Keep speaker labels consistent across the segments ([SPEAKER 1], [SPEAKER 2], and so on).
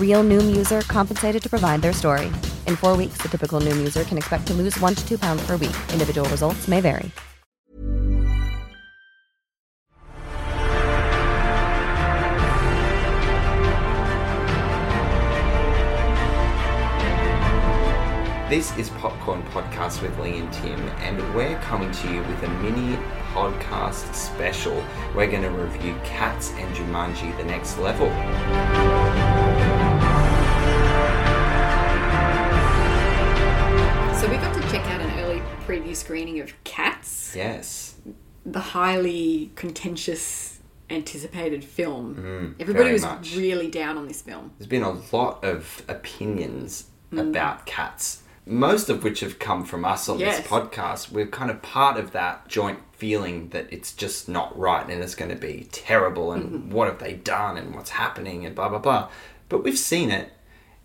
[SPEAKER 1] Real Noom user compensated to provide their story. In four weeks, the typical Noom user can expect to lose one to two pounds per week. Individual results may vary.
[SPEAKER 2] This is Popcorn Podcast with Lee and Tim, and we're coming to you with a mini podcast special. We're going to review Cats and Jumanji The Next Level.
[SPEAKER 3] So we got to check out an early preview screening of Cats,
[SPEAKER 2] Yes.
[SPEAKER 3] the highly contentious anticipated film. Everybody
[SPEAKER 2] Mm, very
[SPEAKER 3] was
[SPEAKER 2] much.
[SPEAKER 3] really down on this film.
[SPEAKER 2] There's been a lot of opinions about cats, most of which have come from us on
[SPEAKER 3] Yes.
[SPEAKER 2] this podcast. We're kind of part of that joint feeling that it's just not right and it's going to be terrible and what have they done and what's happening and blah, blah, blah. But we've seen it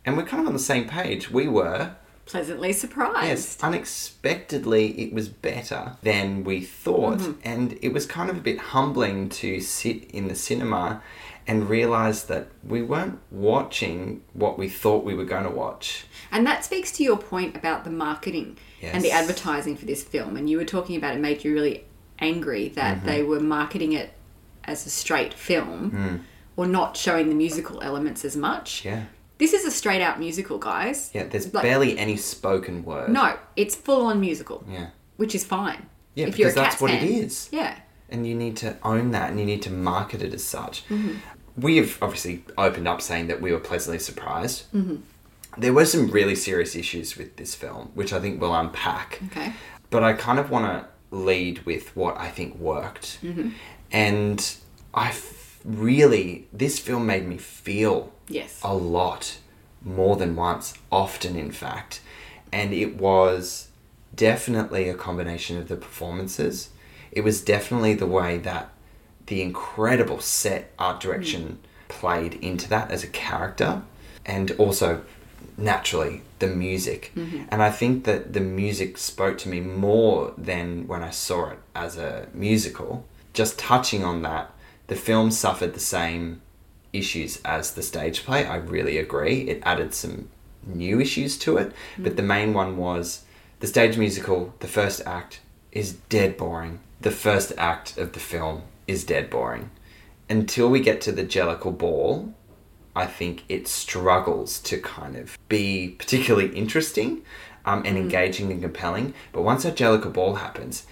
[SPEAKER 2] and we're kind of on the same page. We were.
[SPEAKER 3] Pleasantly surprised.
[SPEAKER 2] Yes, unexpectedly, it was better than we thought, and it was kind of a bit humbling to sit in the cinema and realize that we weren't watching what we thought we were going to watch.
[SPEAKER 3] And that speaks to your point about the marketing and the
[SPEAKER 2] Yes.
[SPEAKER 3] advertising for this film. And you were talking about it made you really angry that
[SPEAKER 2] Mm-hmm.
[SPEAKER 3] they were marketing it as a straight film or not showing the musical elements as much.
[SPEAKER 2] Mm. Yeah,
[SPEAKER 3] This is a straight out musical, guys.
[SPEAKER 2] yeah. There's
[SPEAKER 3] Like-
[SPEAKER 2] barely any spoken word.
[SPEAKER 3] No, it's full on musical.
[SPEAKER 2] Yeah.
[SPEAKER 3] Which is fine.
[SPEAKER 2] Yeah,
[SPEAKER 3] if
[SPEAKER 2] because
[SPEAKER 3] you're a
[SPEAKER 2] that's
[SPEAKER 3] Cats
[SPEAKER 2] what
[SPEAKER 3] fan.
[SPEAKER 2] it is.
[SPEAKER 3] Yeah.
[SPEAKER 2] and you need to own that and you need to market it as such.
[SPEAKER 3] Mm-hmm.
[SPEAKER 2] We have obviously opened up saying that we were pleasantly surprised.
[SPEAKER 3] Mm-hmm.
[SPEAKER 2] There were some really serious issues with this film, which I think we'll unpack.
[SPEAKER 3] Okay.
[SPEAKER 2] But I kind of want to lead with what I think worked.
[SPEAKER 3] Mm-hmm.
[SPEAKER 2] And I f- really, this film made me feel
[SPEAKER 3] Yes.
[SPEAKER 2] a lot, more than once, often in fact. And it was definitely a combination of the performances. It was definitely the way that the incredible set art direction played into that as a character, and also naturally the music. And I think that the music spoke to me more than when I saw it as a musical. Just touching on that, the film suffered the same issues as the stage play. I really agree. It added some new issues to it, but the main one was the stage musical, the first act is dead boring. The first act of the film is dead boring. Until we get to the Jellicle Ball, I think it struggles to kind of be particularly interesting um, and engaging and compelling. But once that Jellicle Ball happens,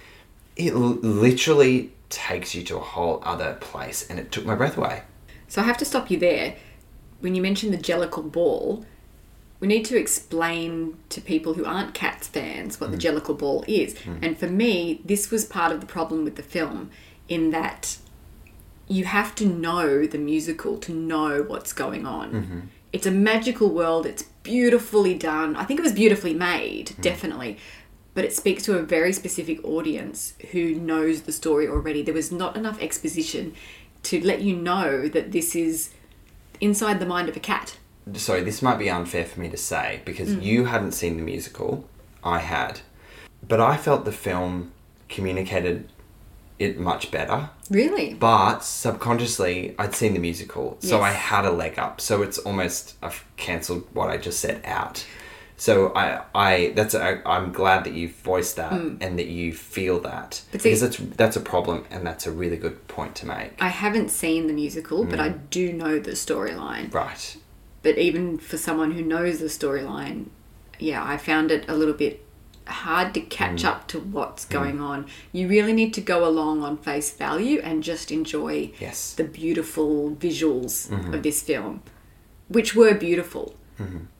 [SPEAKER 2] it l- literally takes you to a whole other place and it took my breath away.
[SPEAKER 3] So I have to stop you there. When you mentioned the Jellicle Ball, we need to explain to people who aren't Cats fans what the
[SPEAKER 2] Hmm.
[SPEAKER 3] Jellicle Ball is. And for me, this was part of the problem with the film in that you have to know the musical to know what's going on.
[SPEAKER 2] Mm-hmm.
[SPEAKER 3] It's a magical world, it's beautifully done. I think it was beautifully made, definitely. But it speaks to a very specific audience who knows the story already. There was not enough exposition to let you know that this is inside the mind of a cat.
[SPEAKER 2] sorry, this might be unfair for me to say because
[SPEAKER 3] Mm.
[SPEAKER 2] you hadn't seen the musical, I had. But I felt the film communicated it much better.
[SPEAKER 3] Really?
[SPEAKER 2] But subconsciously, I'd seen the musical, so
[SPEAKER 3] Yes.
[SPEAKER 2] I had a leg up. So it's almost I've cancelled what I just said out. So I, I that's I, I'm glad that you voiced that and that you feel that
[SPEAKER 3] Mm. But see-
[SPEAKER 2] because that's that's a problem and that's a really good point to make.
[SPEAKER 3] I haven't seen the musical, but I do know the storyline.
[SPEAKER 2] right.
[SPEAKER 3] But even for someone who knows the storyline, yeah, I found it a little bit hard to catch up to what's going on. You really need to go along on face value and just enjoy
[SPEAKER 2] Yes.
[SPEAKER 3] the beautiful visuals of this film, which were beautiful.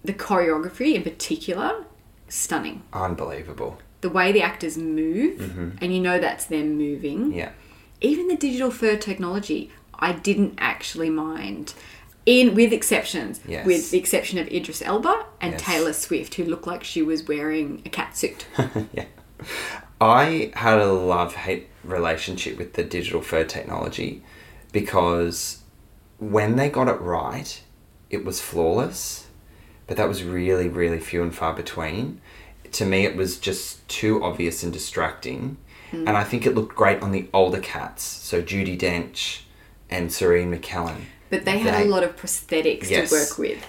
[SPEAKER 3] The choreography in particular, stunning.
[SPEAKER 2] Unbelievable.
[SPEAKER 3] The way the actors move, and you know that's them moving
[SPEAKER 2] Mm-hmm. Yeah.
[SPEAKER 3] even the digital fur technology, I didn't actually mind. In with exceptions,
[SPEAKER 2] Yes.
[SPEAKER 3] with the exception of Idris Elba and
[SPEAKER 2] Yes.
[SPEAKER 3] Taylor Swift, who looked like she was wearing a cat suit.
[SPEAKER 2] yeah. I had a love hate relationship with the digital fur technology because when they got it right, it was flawless, but that was really, really few and far between. To me, it was just too obvious and distracting. And I think it looked great on the older cats, so Judy Dench and Serene McKellen.
[SPEAKER 3] But they had
[SPEAKER 2] They-
[SPEAKER 3] a lot of prosthetics
[SPEAKER 2] Yes.
[SPEAKER 3] to work with.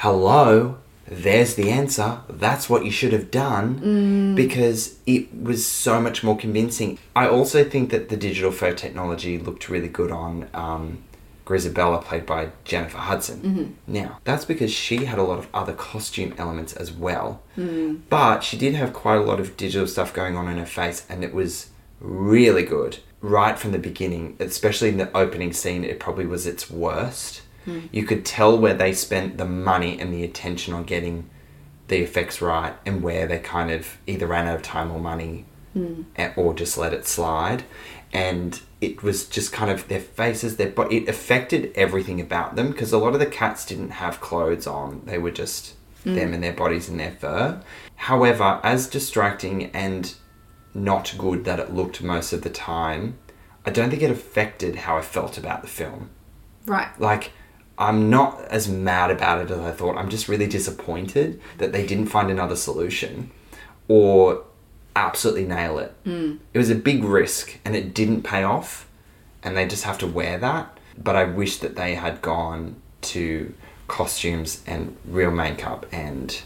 [SPEAKER 2] hello there's the answer that's what you should have done because it was so much more convincing i also think that the digital fur technology looked really good on um, grisabella played by jennifer hudson now that's because she had a lot of other costume elements as well but she did have quite a lot of digital stuff going on in her face and it was really good right from the beginning especially in the opening scene it probably was its worst you could tell where they spent the money and the attention on getting the effects right and where they kind of either ran out of time or money a- or just let it slide and it was just kind of their faces their but it affected everything about them because a lot of the cats didn't have clothes on they were just them and their bodies and their fur however as distracting and not good that it looked most of the time i don't think it affected how i felt about the film
[SPEAKER 3] Right.
[SPEAKER 2] like I'm not as mad about it as I thought. I'm just really disappointed that they didn't find another solution or absolutely nail it. Mm. It was a big risk and it didn't pay off and they just have to wear that. But I wish that they had gone to costumes and real makeup and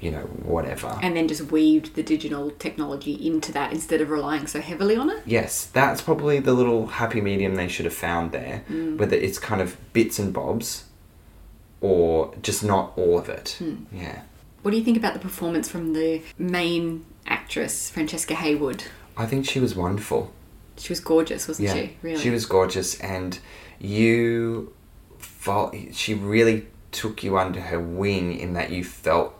[SPEAKER 2] you know whatever.
[SPEAKER 3] And then just weaved the digital technology into that instead of relying so heavily on it.
[SPEAKER 2] yes, that's probably the little happy medium they should have found there,
[SPEAKER 3] Mm.
[SPEAKER 2] whether it's kind of bits and bobs or just not all of it.
[SPEAKER 3] Hmm.
[SPEAKER 2] Yeah.
[SPEAKER 3] What do you think about the performance from the main actress, Francesca Haywood?
[SPEAKER 2] I think she was wonderful.
[SPEAKER 3] She was gorgeous, wasn't
[SPEAKER 2] Yeah.
[SPEAKER 3] she? Really?
[SPEAKER 2] was gorgeous and you felt she really took you under her wing in that you felt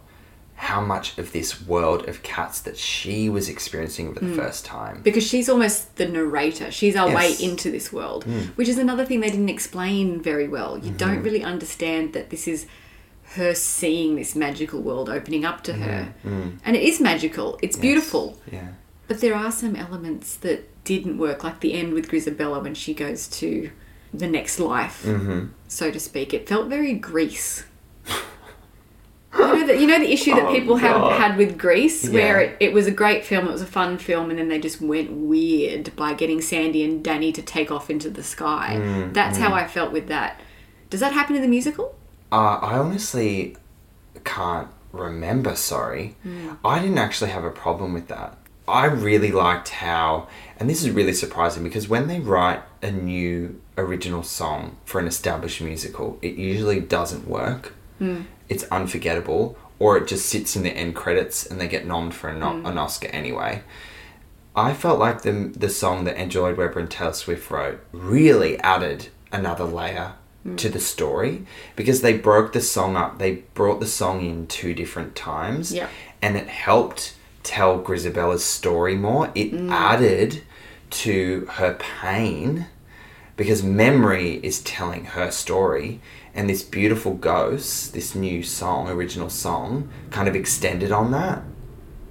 [SPEAKER 2] how much of this world of cats that she was experiencing for the
[SPEAKER 3] Hmm.
[SPEAKER 2] first time.
[SPEAKER 3] because she's almost the narrator. She's our
[SPEAKER 2] Yes. Hmm.
[SPEAKER 3] way into this world, which is another thing they didn't explain very well.
[SPEAKER 2] Mm-hmm.
[SPEAKER 3] You don't really understand that this is her seeing this magical world opening up to her.
[SPEAKER 2] Mm-hmm. Mm.
[SPEAKER 3] And it is magical, it's beautiful.
[SPEAKER 2] Yeah.
[SPEAKER 3] But there are some elements that didn't work, like the end with Grisabella when she goes to the next life, so to speak. It felt very Greece. you, know the, you know the issue that people have had with Greece, where
[SPEAKER 2] Yeah.
[SPEAKER 3] it, it was a great film, it was a fun film, and then they just went weird by getting Sandy and Danny to take off into the sky. That's how I felt with that. Does that happen in the musical?
[SPEAKER 2] Uh, I honestly can't remember, sorry. I didn't actually have a problem with that. I really liked how, and this is really surprising because when they write a new original song for an established musical, it usually doesn't work. It's unforgettable, or it just sits in the end credits and they get nommed for an, an Oscar anyway. I felt like the the song that Andrew Lloyd Webber and Taylor Swift wrote really added another layer to the story because they broke the song up. They brought the song in two different times,
[SPEAKER 3] Yep.
[SPEAKER 2] and it helped tell Grisabella's story more. It added to her pain because memory is telling her story and this beautiful ghost this new song original song kind of extended on that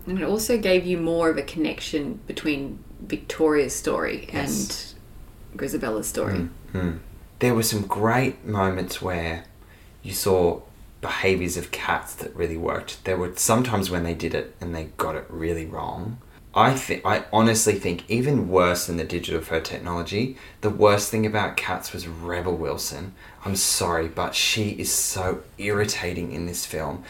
[SPEAKER 3] And it also gave you more of a connection between Victoria's story and Grisabella's story.
[SPEAKER 2] there were some great moments where you saw behaviors of cats that really worked. There were sometimes when they did it and they got it really wrong. I think I honestly think even worse than the digital fur technology, the worst thing about cats was Rebel Wilson. I'm sorry, but she is so irritating in this film.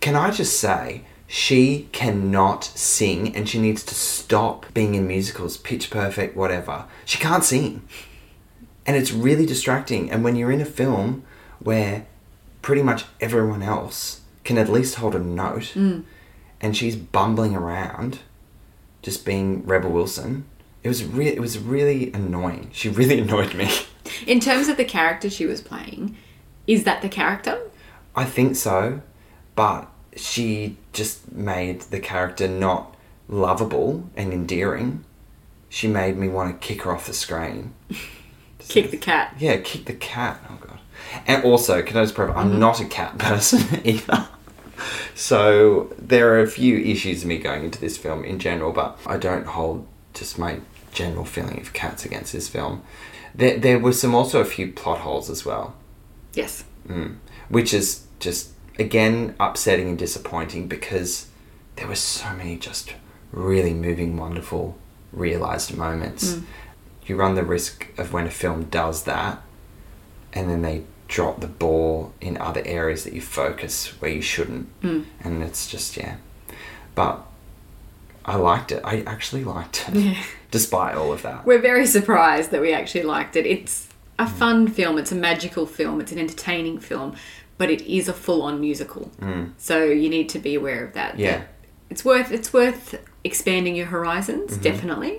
[SPEAKER 2] Can I just say she cannot sing and she needs to stop being in musicals, pitch perfect, whatever. She can't sing. And it's really distracting. And when you're in a film where pretty much everyone else can at least hold a note and she's bumbling around just being Rebel Wilson. It was re- it was really annoying. She really annoyed me.
[SPEAKER 3] In terms of the character she was playing, is that the character?
[SPEAKER 2] I think so, but she just made the character not lovable and endearing. She made me want to kick her off the screen.
[SPEAKER 3] Kick the cat.
[SPEAKER 2] Yeah, kick the cat. Oh god. And also, can I just prove I'm not a cat person either. So there are a few issues of me going into this film in general, but I don't hold just my general feeling of cats against this film. There, there were some also a few plot holes as well,
[SPEAKER 3] Yes.
[SPEAKER 2] which is just again upsetting and disappointing because there were so many just really moving, wonderful, realized moments. You run the risk of when a film does that, and then they drop the ball in other areas that you focus where you shouldn't, and it's just yeah. But I liked it. I actually liked it, despite all of that.
[SPEAKER 3] We're very surprised that we actually liked it. It's a
[SPEAKER 2] Mm.
[SPEAKER 3] fun film, it's a magical film, it's an entertaining film, but it is a full-on musical. So you need to be aware of that.
[SPEAKER 2] Mm. Yeah.
[SPEAKER 3] It's worth it's worth expanding your horizons,
[SPEAKER 2] Mm-hmm.
[SPEAKER 3] definitely.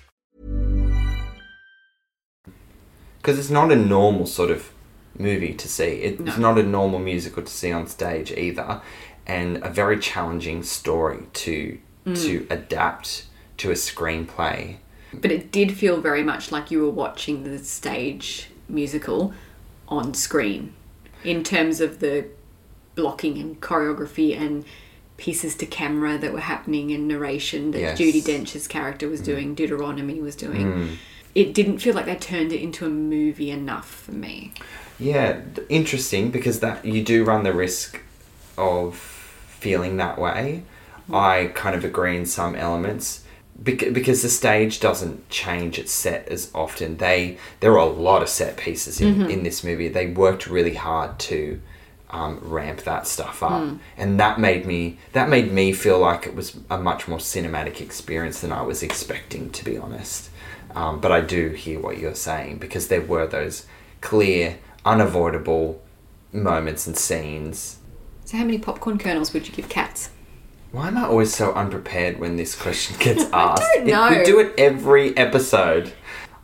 [SPEAKER 2] because it's not a normal sort of movie to see. It's not a normal musical to see on stage either, and a very challenging story to to adapt to a screenplay.
[SPEAKER 3] But it did feel very much like you were watching the stage musical on screen in terms of the blocking and choreography and pieces to camera that were happening and narration that
[SPEAKER 2] Yes. Mm.
[SPEAKER 3] Judy Dench's character was doing, Deuteronomy was doing. It didn't feel like they turned it into a movie enough for me.
[SPEAKER 2] Yeah, th- interesting because that you do run the risk of feeling that way. I kind of agree in some elements Bec- because the stage doesn't change its set as often. They there are a lot of set pieces in, in this movie. They worked really hard to um, ramp that stuff up, and that made me that made me feel like it was a much more cinematic experience than I was expecting, to be honest. Um, but I do hear what you're saying because there were those clear, unavoidable moments and scenes.
[SPEAKER 3] So, how many popcorn kernels would you give cats?
[SPEAKER 2] Why am I always so unprepared when this question gets asked?
[SPEAKER 3] don't know.
[SPEAKER 2] we do it every episode.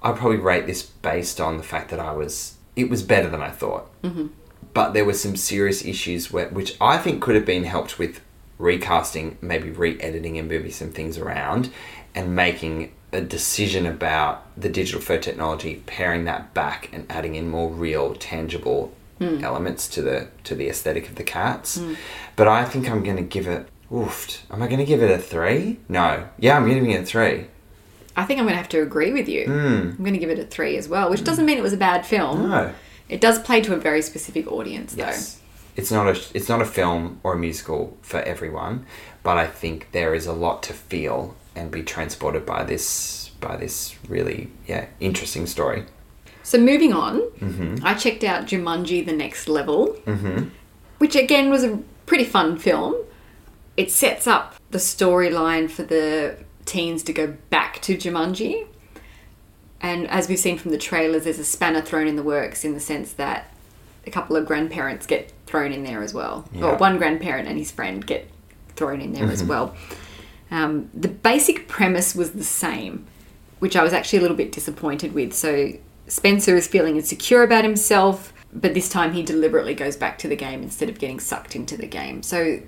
[SPEAKER 2] I probably rate this based on the fact that I was it was better than I thought, mm-hmm. but there were some serious issues where, which I think could have been helped with recasting, maybe re-editing and moving some things around, and making a decision about the digital fur technology, pairing that back and adding in more real, tangible elements to the to the aesthetic of the cats. But I think I'm going to give it. Oofed. Am I going to give it a three? No. Yeah, I'm giving it a three.
[SPEAKER 3] I think I'm going to have to agree with you. I'm going to give it a three as well, which doesn't mean it was a bad film.
[SPEAKER 2] Mm. No.
[SPEAKER 3] It does play to a very specific audience, though.
[SPEAKER 2] Yes. It's not a it's not a film or a musical for everyone, but I think there is a lot to feel and be transported by this by this really yeah interesting story.
[SPEAKER 3] So moving on, I checked out Jumanji: The Next Level, which again was a pretty fun film. It sets up the storyline for the teens to go back to Jumanji. And as we've seen from the trailers, there's a spanner thrown in the works in the sense that a couple of grandparents get thrown in there as well. Or one grandparent and his friend get thrown in there as well. Um, the basic premise was the same, which I was actually a little bit disappointed with. So Spencer is feeling insecure about himself, but this time he deliberately goes back to the game instead of getting sucked into the game. So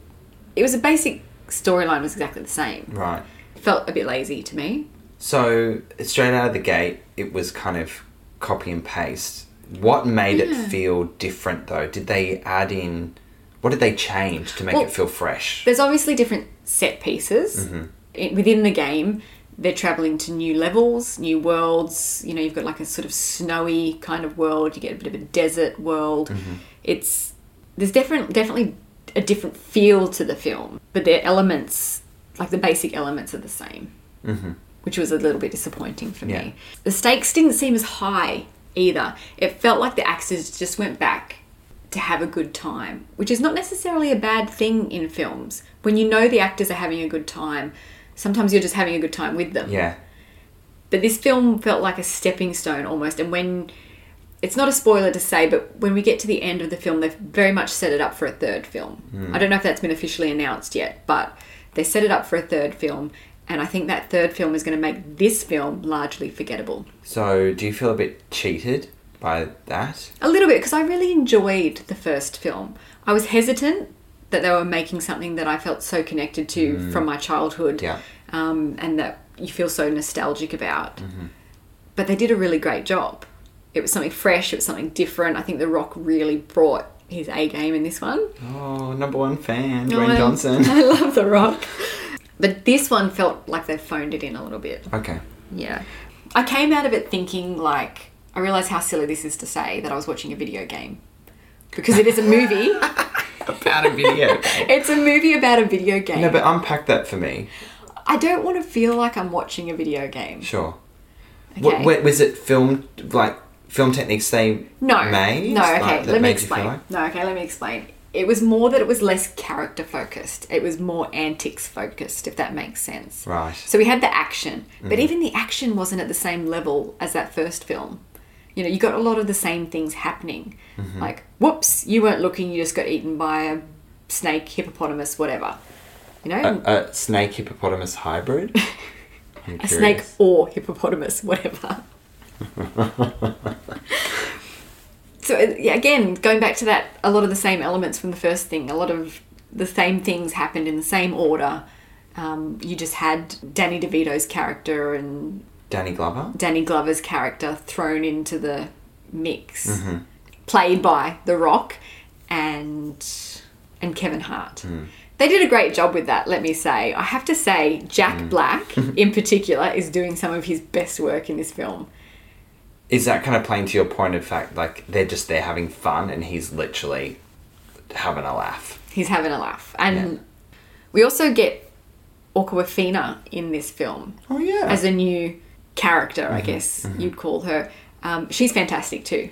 [SPEAKER 3] it was a basic storyline was exactly the same.
[SPEAKER 2] Right.
[SPEAKER 3] Felt a bit lazy to me.
[SPEAKER 2] So straight out of the gate, it was kind of copy and paste. What made it feel different though? Did they add in? What did they change to make
[SPEAKER 3] Well,
[SPEAKER 2] it feel fresh?
[SPEAKER 3] There's obviously different set pieces I- within the game. They're traveling to new levels, new worlds. You know, you've got like a sort of snowy kind of world. You get a bit of a desert world. It's there's different, definitely a different feel to the film, but their elements, like the basic elements, are the same, mm-hmm. which was a little bit disappointing for
[SPEAKER 2] Yeah.
[SPEAKER 3] me. The stakes didn't seem as high either. It felt like the actors just went back to have a good time, which is not necessarily a bad thing in films. When you know the actors are having a good time, sometimes you're just having a good time with them.
[SPEAKER 2] Yeah.
[SPEAKER 3] But this film felt like a stepping stone almost. And when it's not a spoiler to say, but when we get to the end of the film, they've very much set it up for a third film. I don't know if that's been officially announced yet, but they set it up for a third film. And I think that third film is going to make this film largely forgettable.
[SPEAKER 2] So do you feel a bit cheated by that?
[SPEAKER 3] A little bit, because I really enjoyed the first film. I was hesitant that they were making something that I felt so connected to from my childhood
[SPEAKER 2] Yeah.
[SPEAKER 3] um, and that you feel so nostalgic about. But they did a really great job. It was something fresh, it was something different. I think The Rock really brought his A game in this one.
[SPEAKER 2] Oh, number one fan,
[SPEAKER 3] I-
[SPEAKER 2] Dwayne Johnson.
[SPEAKER 3] I love The Rock. But this one felt like they phoned it in a little bit.
[SPEAKER 2] Okay.
[SPEAKER 3] Yeah. I came out of it thinking, like, I realise how silly this is to say that I was watching a video game. Because it is a movie.
[SPEAKER 2] Out of video.
[SPEAKER 3] it's a movie about a video game.
[SPEAKER 2] no, but unpack that for me.
[SPEAKER 3] I don't want to feel like I'm watching a video game.
[SPEAKER 2] Sure.
[SPEAKER 3] Okay.
[SPEAKER 2] What, what, was it filmed like film techniques they
[SPEAKER 3] No.
[SPEAKER 2] made?
[SPEAKER 3] No,
[SPEAKER 2] like,
[SPEAKER 3] okay,
[SPEAKER 2] that
[SPEAKER 3] let me
[SPEAKER 2] made you feel
[SPEAKER 3] explain.
[SPEAKER 2] like-
[SPEAKER 3] No, okay, let me explain. It was more that it was less character focused. It was more antics focused, if that makes sense.
[SPEAKER 2] Right. Mm.
[SPEAKER 3] So we had the action, but even the action wasn't at the same level as that first film. You know, you got a lot of the same things happening.
[SPEAKER 2] Mm-hmm.
[SPEAKER 3] Like, whoops, you weren't looking, you just got eaten by a snake, hippopotamus, whatever. You know?
[SPEAKER 2] A snake hippopotamus hybrid. I'm
[SPEAKER 3] a
[SPEAKER 2] curious.
[SPEAKER 3] snake or hippopotamus, whatever. so uh, yeah, again, going back to that, a lot of the same elements from the first thing, a lot of the same things happened in the same order. Um, you just had Danny DeVito's character and
[SPEAKER 2] Danny Glover.
[SPEAKER 3] Danny Glover's character thrown into the mix, played by The Rock and and Kevin Hart. They did a great job with that. Let me say, I have to say, Jack Black in particular is doing some of his best work in this film.
[SPEAKER 2] Is that kind of playing to your point of fact? Like they're just there having fun, and he's literally having a laugh.
[SPEAKER 3] He's having a laugh, and we also get Awkwafina in this film.
[SPEAKER 2] Oh yeah.
[SPEAKER 3] as a new character,
[SPEAKER 2] Mm-hmm.
[SPEAKER 3] I guess you'd call her. Um, she's fantastic too.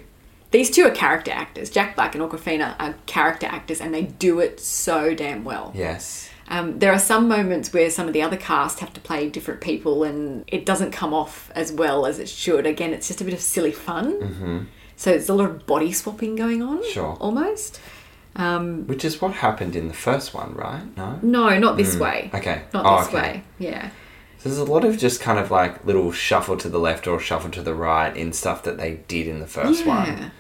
[SPEAKER 3] These two are character actors. Jack Black and Awkwafina are character actors, and they do it so damn well.
[SPEAKER 2] yes.
[SPEAKER 3] Um, there are some moments where some of the other cast have to play different people, and it doesn't come off as well as it should. Again, it's just a bit of silly fun. Mm-hmm. So it's a lot of body swapping going on.
[SPEAKER 2] Sure.
[SPEAKER 3] Almost.
[SPEAKER 2] Which is what happened in the first one, right? No.
[SPEAKER 3] No, not this way.
[SPEAKER 2] Mm. Okay.
[SPEAKER 3] Not
[SPEAKER 2] Oh,
[SPEAKER 3] this
[SPEAKER 2] okay.
[SPEAKER 3] way. Yeah.
[SPEAKER 2] So there's a lot of just kind of like little shuffle to the left or shuffle to the right in stuff that they did in the first
[SPEAKER 3] Yeah.
[SPEAKER 2] one.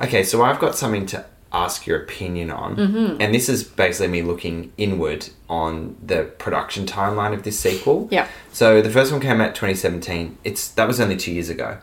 [SPEAKER 2] Okay, so I've got something to ask your opinion on,
[SPEAKER 3] Mm-hmm.
[SPEAKER 2] and this is basically me looking inward on the production timeline of this sequel.
[SPEAKER 3] Yeah.
[SPEAKER 2] So the first one came out 2017. It's that was only two years ago.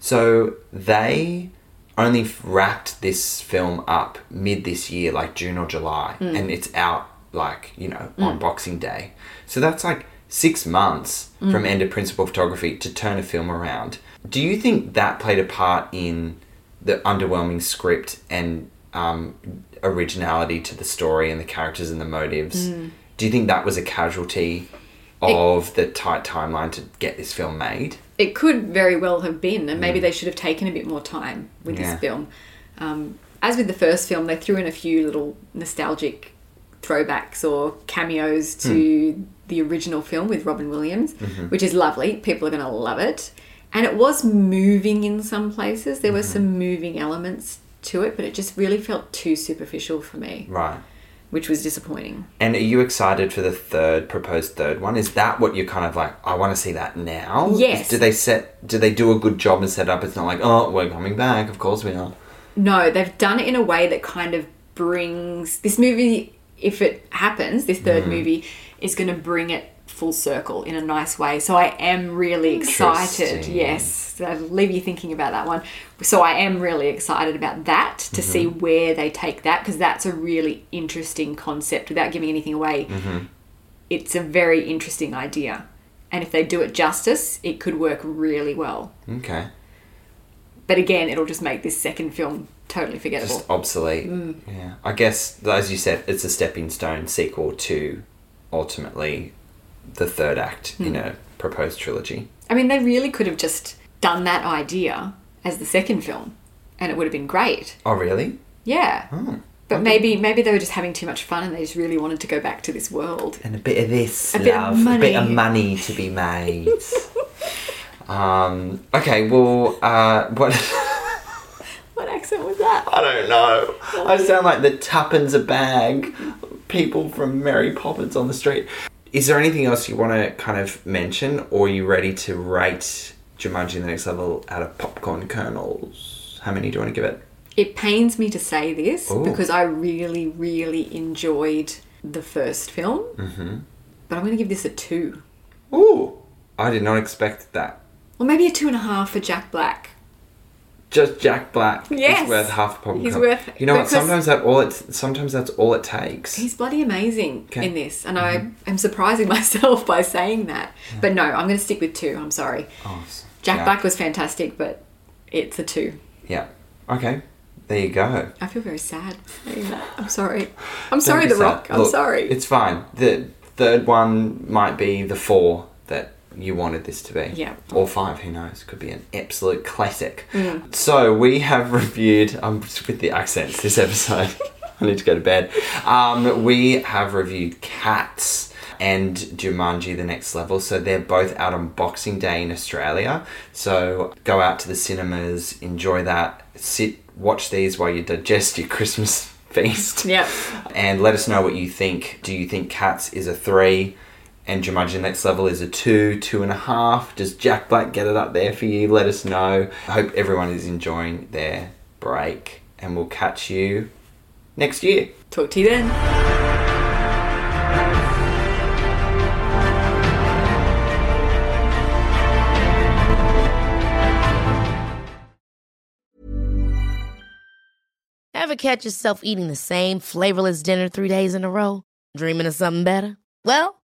[SPEAKER 2] So they only f- wrapped this film up mid this year, like June or July, and it's out like you know on Boxing Day. So that's like six months from end of principal photography to turn a film around. Do you think that played a part in the underwhelming script and um, originality to the story and the characters and the motives? Do you think that was a casualty of the tight timeline to get this film made?
[SPEAKER 3] it could very well have been, and maybe they should have taken a bit more time with
[SPEAKER 2] Mm. Yeah.
[SPEAKER 3] this film. Um, as with the first film, they threw in a few little nostalgic throwbacks or cameos to
[SPEAKER 2] Hmm.
[SPEAKER 3] the original film with Robin Williams,
[SPEAKER 2] Mm-hmm.
[SPEAKER 3] which is lovely. People are going to love it. And it was moving in some places. There were
[SPEAKER 2] Mm-hmm.
[SPEAKER 3] some moving elements to it, but it just really felt too superficial for me,
[SPEAKER 2] Right.
[SPEAKER 3] which was disappointing.
[SPEAKER 2] And are you excited for the third proposed third one? Is that what you're kind of like? I want to see that now.
[SPEAKER 3] Yes.
[SPEAKER 2] Do they set? Do they do a good job and set up? It's not like oh, we're coming back. Of course we are.
[SPEAKER 3] No, they've done it in a way that kind of brings this movie, if it happens, this third
[SPEAKER 2] Mm-hmm.
[SPEAKER 3] movie is going to bring it full circle in a nice way. So I am really excited.
[SPEAKER 2] Interesting.
[SPEAKER 3] Yes, so I'll leave you thinking about that one. So I am really excited about that to
[SPEAKER 2] Mm-hmm.
[SPEAKER 3] see where they take that because that's a really interesting concept without giving anything away.
[SPEAKER 2] Mm-hmm.
[SPEAKER 3] It's a very interesting idea. And if they do it justice, it could work really well.
[SPEAKER 2] Okay.
[SPEAKER 3] But again, it'll just make this second film totally forgettable.
[SPEAKER 2] Just obsolete.
[SPEAKER 3] Mm.
[SPEAKER 2] Yeah. I guess as you said, it's a stepping stone sequel to ultimately the third act in
[SPEAKER 3] Mm.
[SPEAKER 2] a proposed trilogy.
[SPEAKER 3] I mean, they really could have just done that idea as the second film, and it would have been great.
[SPEAKER 2] Oh really?
[SPEAKER 3] Yeah.
[SPEAKER 2] Oh.
[SPEAKER 3] But maybe maybe they were just having too much fun, and they just really wanted to go back to this world.
[SPEAKER 2] And a bit of this,
[SPEAKER 3] A bit of
[SPEAKER 2] love. A bit of
[SPEAKER 3] money.
[SPEAKER 2] money to be made. um, okay, well, uh, what.
[SPEAKER 3] What accent was that?
[SPEAKER 2] I don't know. I sound like the tuppence a bag people from Mary Poppins on the street. Is there anything else you want to kind of mention, or are you ready to rate Jumanji the Next Level out of popcorn kernels? How many do you want to give it?
[SPEAKER 3] It pains me to say this
[SPEAKER 2] Ooh.
[SPEAKER 3] because I really really enjoyed the first film, mm-hmm. but I'm going to give this a two,
[SPEAKER 2] Ooh, I did not expect that.
[SPEAKER 3] or maybe a two and a half for Jack Black.
[SPEAKER 2] Just Jack Black
[SPEAKER 3] Yes.
[SPEAKER 2] is worth half a popcorn.
[SPEAKER 3] He's
[SPEAKER 2] kernel.
[SPEAKER 3] worth-
[SPEAKER 2] You know what?
[SPEAKER 3] because-
[SPEAKER 2] Sometimes that all it sometimes that's all it takes.
[SPEAKER 3] He's bloody amazing
[SPEAKER 2] Okay. Mm-hmm.
[SPEAKER 3] in this, and I am surprising myself by saying that. But no, I'm going to stick with two. I'm sorry.
[SPEAKER 2] Awesome.
[SPEAKER 3] Jack
[SPEAKER 2] Yeah.
[SPEAKER 3] Black was fantastic, but it's a two.
[SPEAKER 2] Yeah. Okay. There you go.
[SPEAKER 3] I feel very sad saying that. I'm sorry. I'm sorry,
[SPEAKER 2] Don't be
[SPEAKER 3] The
[SPEAKER 2] sad.
[SPEAKER 3] Rock. I'm
[SPEAKER 2] Look,
[SPEAKER 3] sorry.
[SPEAKER 2] It's fine. The third one might be the four that you wanted this to be.
[SPEAKER 3] Yeah.
[SPEAKER 2] Or five, who knows? Could be an absolute classic.
[SPEAKER 3] Mm.
[SPEAKER 2] So we have reviewed. I'm just with the accents this episode. I need to go to bed. Um, we have reviewed Cats and Jumanji The Next Level. So they're both out on Boxing Day in Australia. So go out to the cinemas, enjoy that, sit, watch these while you digest your Christmas feast
[SPEAKER 3] Yep.
[SPEAKER 2] and let us know what you think. Do you think Cats is a three and Jumanji The Next Level is a two, two and a half? Does Jack Black get it up there for you? Let us know. I hope everyone is enjoying their break and we'll catch you next year.
[SPEAKER 3] Talk to you then.
[SPEAKER 4] Ever catch yourself eating the same flavorless dinner three days in a row? Dreaming of something better? Well,